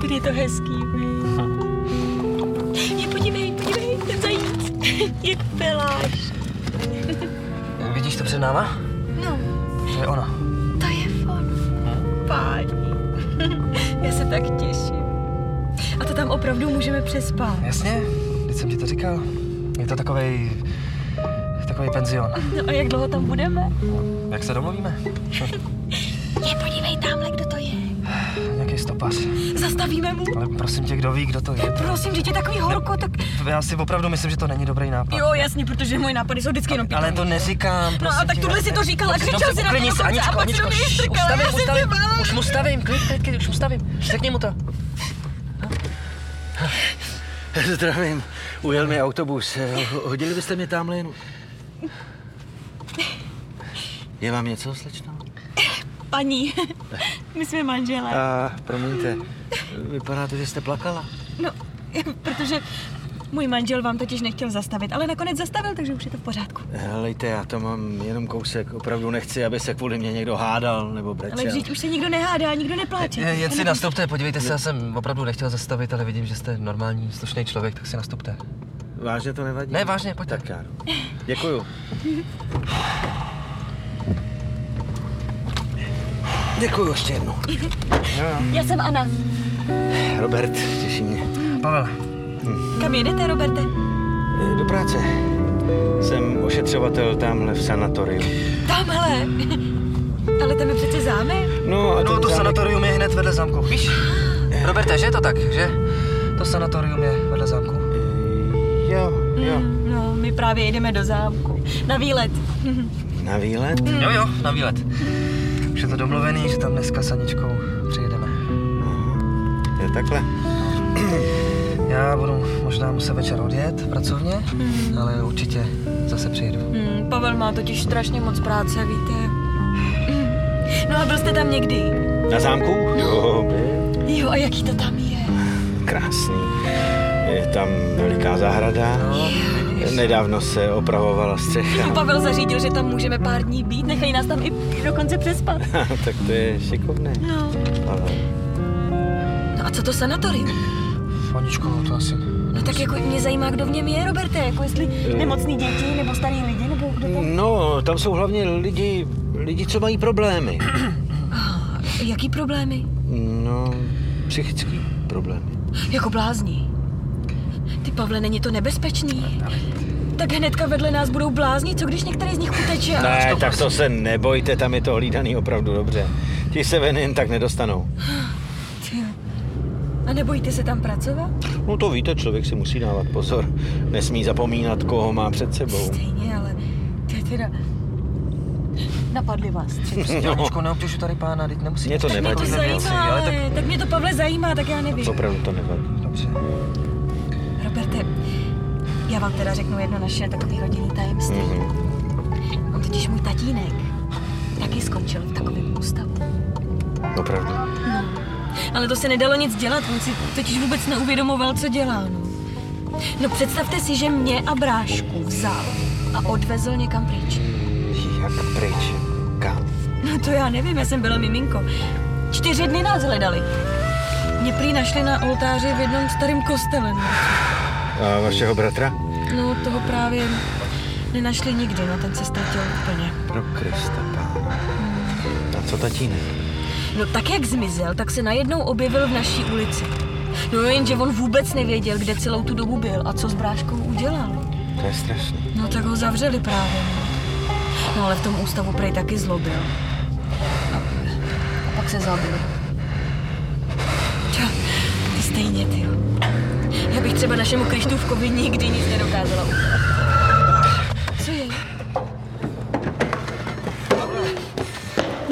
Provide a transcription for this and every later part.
Tady je to hezký, vej. Je, podívej, podívej, ten zajíc. Je peláš. Vidíš to před náma? No, To je ono. to je on. Páni. Já se tak těším. A to tam opravdu můžeme přespat. Jasně, teď jsem ti to říkal. Je to takovej... takový penzion. No a jak dlouho tam budeme? Jak se domluvíme? Je, podívej tamhle, kdo to je. Nějaký stopař. Zastavíme mu. Ale prosím tě, kdo ví, kdo to je? Prosím, dítě, takový horko, tak... Já si opravdu myslím, že to není dobrý nápad. Jo, jasně, protože moje nápady jsou vždycky jenom Ale pitomý. to neříkám, No a prosím tak tě. tuhle si to říkal a Dobře, křičel dobře, si na mě uklidni se, dokonce a Aničko, pak si do mě Aničko, jako, šš, strkal. Já ustavím, jsem tě ustavím, bála. už mu stavím, klid, klid, klid, už mu stavím, řekni mu to. Zdravím, ujel mi autobus. Eh, ho- Hodili byste mě tamhle jen? Je vám něco, slečno? Paní, my jsme manželé. A, promiňte, vypadá to, že jste plakala. No, protože můj manžel vám totiž nechtěl zastavit, ale nakonec zastavil, takže už je to v pořádku. Helejte, já to mám jenom kousek. Opravdu nechci, aby se kvůli mě někdo hádal nebo Ale brečel. vždyť už se nikdo nehádá, nikdo nepláče. Je- Jen si Ano. nastupte, podívejte se, já jsem opravdu nechtěl zastavit, ale vidím, že jste normální, slušný člověk, tak si nastupte. Vážně to nevadí? Ne, vážně, pojďte. Tak já jdu. Děkuju. Děkuju ještě jednou. No. Já jsem Ana. Robert, těší mě. Pavel, Kam jedete, Roberte? Eh, Do práce. Jsem ošetřovatel tamhle v sanatoriu. Tamhle. Ale tam je přece zámek. No a no ten to zámek- sanatorium je hned vedle zámku, víš? Roberte, že je to tak, že? To sanatorium je vedle zámku. Eh, Jo, jo. Mm, No, my právě jedeme do zámku. Na výlet. Hmm. Na výlet? Jo, jo, na výlet. Už je to domluvený, že tam dneska s Aničkou přijedeme. Je E, takhle. Já budu možná muset večer odjet pracovně, Mm. ale určitě zase přijedu. Hmm, Pavel má totiž strašně moc práce, víte. Mm. No a byl jste tam někdy? Na zámku? Jo, byl. Jo, a jaký to tam je? krásný. Je tam veliká zahrada. No, vidíš. Nedávno se opravovala střecha. Pavel zařídil, že tam můžeme pár dní být, nechají nás tam i dokonce přespat. tak to je šikovné. No. Ale No a co to sanatorium? Aničko, to asi... prostě No tak jako mě zajímá, kdo v něm je, Roberte, jako jestli Eh. nemocný děti, nebo starý lidi, nebo kdo tam... No, tam jsou hlavně lidi, lidi, co mají problémy. Jaký problémy? No, psychický problémy. Jako blázni. Ty, Pavle, není to nebezpečný? Tak hnedka vedle nás budou blázni, co když některý z nich uteče? a- Ne, tak to se nebojte, tam je to hlídaný opravdu dobře. Ti se ven jen tak nedostanou. Ty. A nebojíte se tam pracovat? No to víte, člověk si musí dávat pozor. Nesmí zapomínat, koho má před sebou. Stejně, ale to je teda... Napadli vás třeba. No. Aničko, neobtěžu tady pána, teď nemusí. jako Mě to Tak mě to nevadí. zajímá, ale ale tak- tak... tak mě to, Pavle, zajímá, tak já nevím. Opravdu to nevadí. Dobře. Roberte, já vám teda řeknu jedno naše takové rodinný tajemství. Mhm. On No totiž můj tatínek taky skončil v takovém ústavu. Opravdu. No, ale to se nedalo nic dělat, on si totiž vůbec neuvědomoval, co dělá. No, no představte si, že mě a brášku vzal a odvezl někam pryč. Jak pryč? Kam? No to já nevím, já jsem byla miminko. Čtyři dny nás hledali. Mě prý našli na oltáři v jednom starém kostele. No. A vašeho bratra? No, toho právě nenašli nikdy, no ten se ztratil úplně. Pro Krista pána. A co tatínek? No tak jak zmizel, tak se najednou objevil v naší ulici. No jenže on vůbec nevěděl, kde celou tu dobu byl a co s bráškou udělal. To je strašný. No tak ho zavřeli právě. No ale v tom ústavu prej taky zlobil. A- A pak se zabil. Ča, ty stejně, ty. jo. Já bych třeba našemu Krištůvkovi nikdy nic nedokázala udělat. Co je?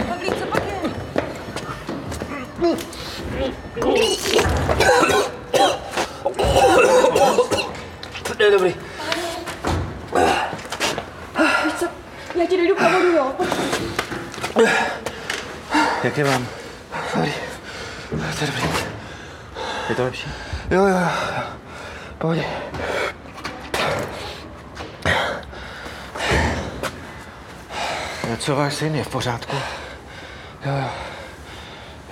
Pavlí, co pak je? Eh, je dobrý. Víš co, já ti dojdu po vodu, jo? Jak je vám? Dobrý. To je dobrý. Je to lepší? Jo, jo, jo. Pohodě. A No Co váš syn je v pořádku? Jo, jo.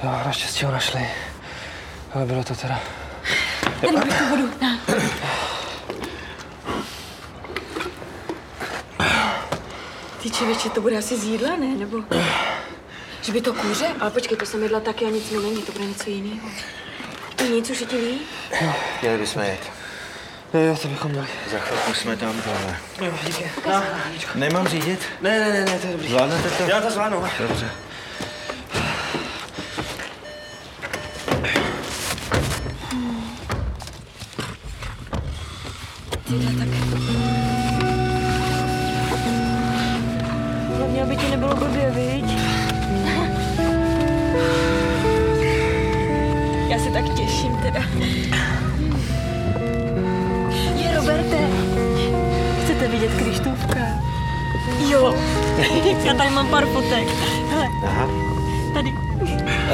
Jo, naštěstí ho našli. Ale bylo to teda... Tady bych tu vodu. Na. Ty čevěče, to bude asi z jídla, ne? Nebo... Že by to kuře? Ale počkej, to jsem jedla taky a nic mi není, to bude něco jiného. Ty nic už je ti líp? Měli bychom jet. Jo, jo, to bychom měli. Za chvilku jsme tam, ale... Jo, díky. No. Nemám řídit? Ne, ne, ne, ne, to je dobrý. Zvládnete to? Já to zvládnu. Dobře. Tyhle, tak... Hlavně, aby ti nebylo blbě, viď? Já se tak těším, teda. Je, Roberte, chcete vidět Krištůvka? Jo, já tady mám pár fotek. Hele, Aha. tady,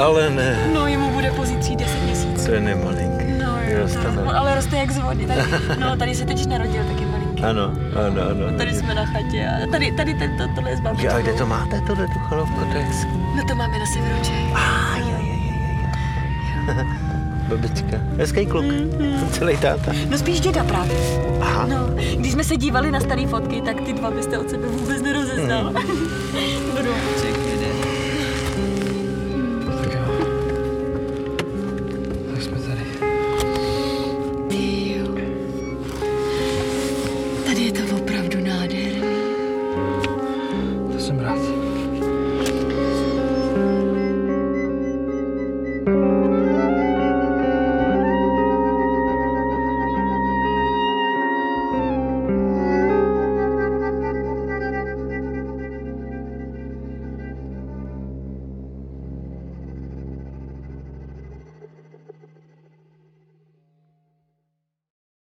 Ale ne, no jemu bude pozicí 10 měsíců. to je nemalinké. No, jo, Vyrosteme. no, ale roste jak z vody. Tady, no, tady se teď narodil taky malinký. Ano, ano, ano. Tady jsme na chatě a tady, tady tento, tohle je s Že, a babičkou. kde to máte, tohle tu chalovku? To je hezký. No to máme na severu Čech. A jo, jo, jo, jo, jo. Mm-hmm. Babička. Hezký kluk. Celý táta. No spíš děda právě. Aha. No, když Hmm. jsme se dívali na staré fotky, tak ty dva byste od sebe vůbec nerozeznal. Budu. Díky.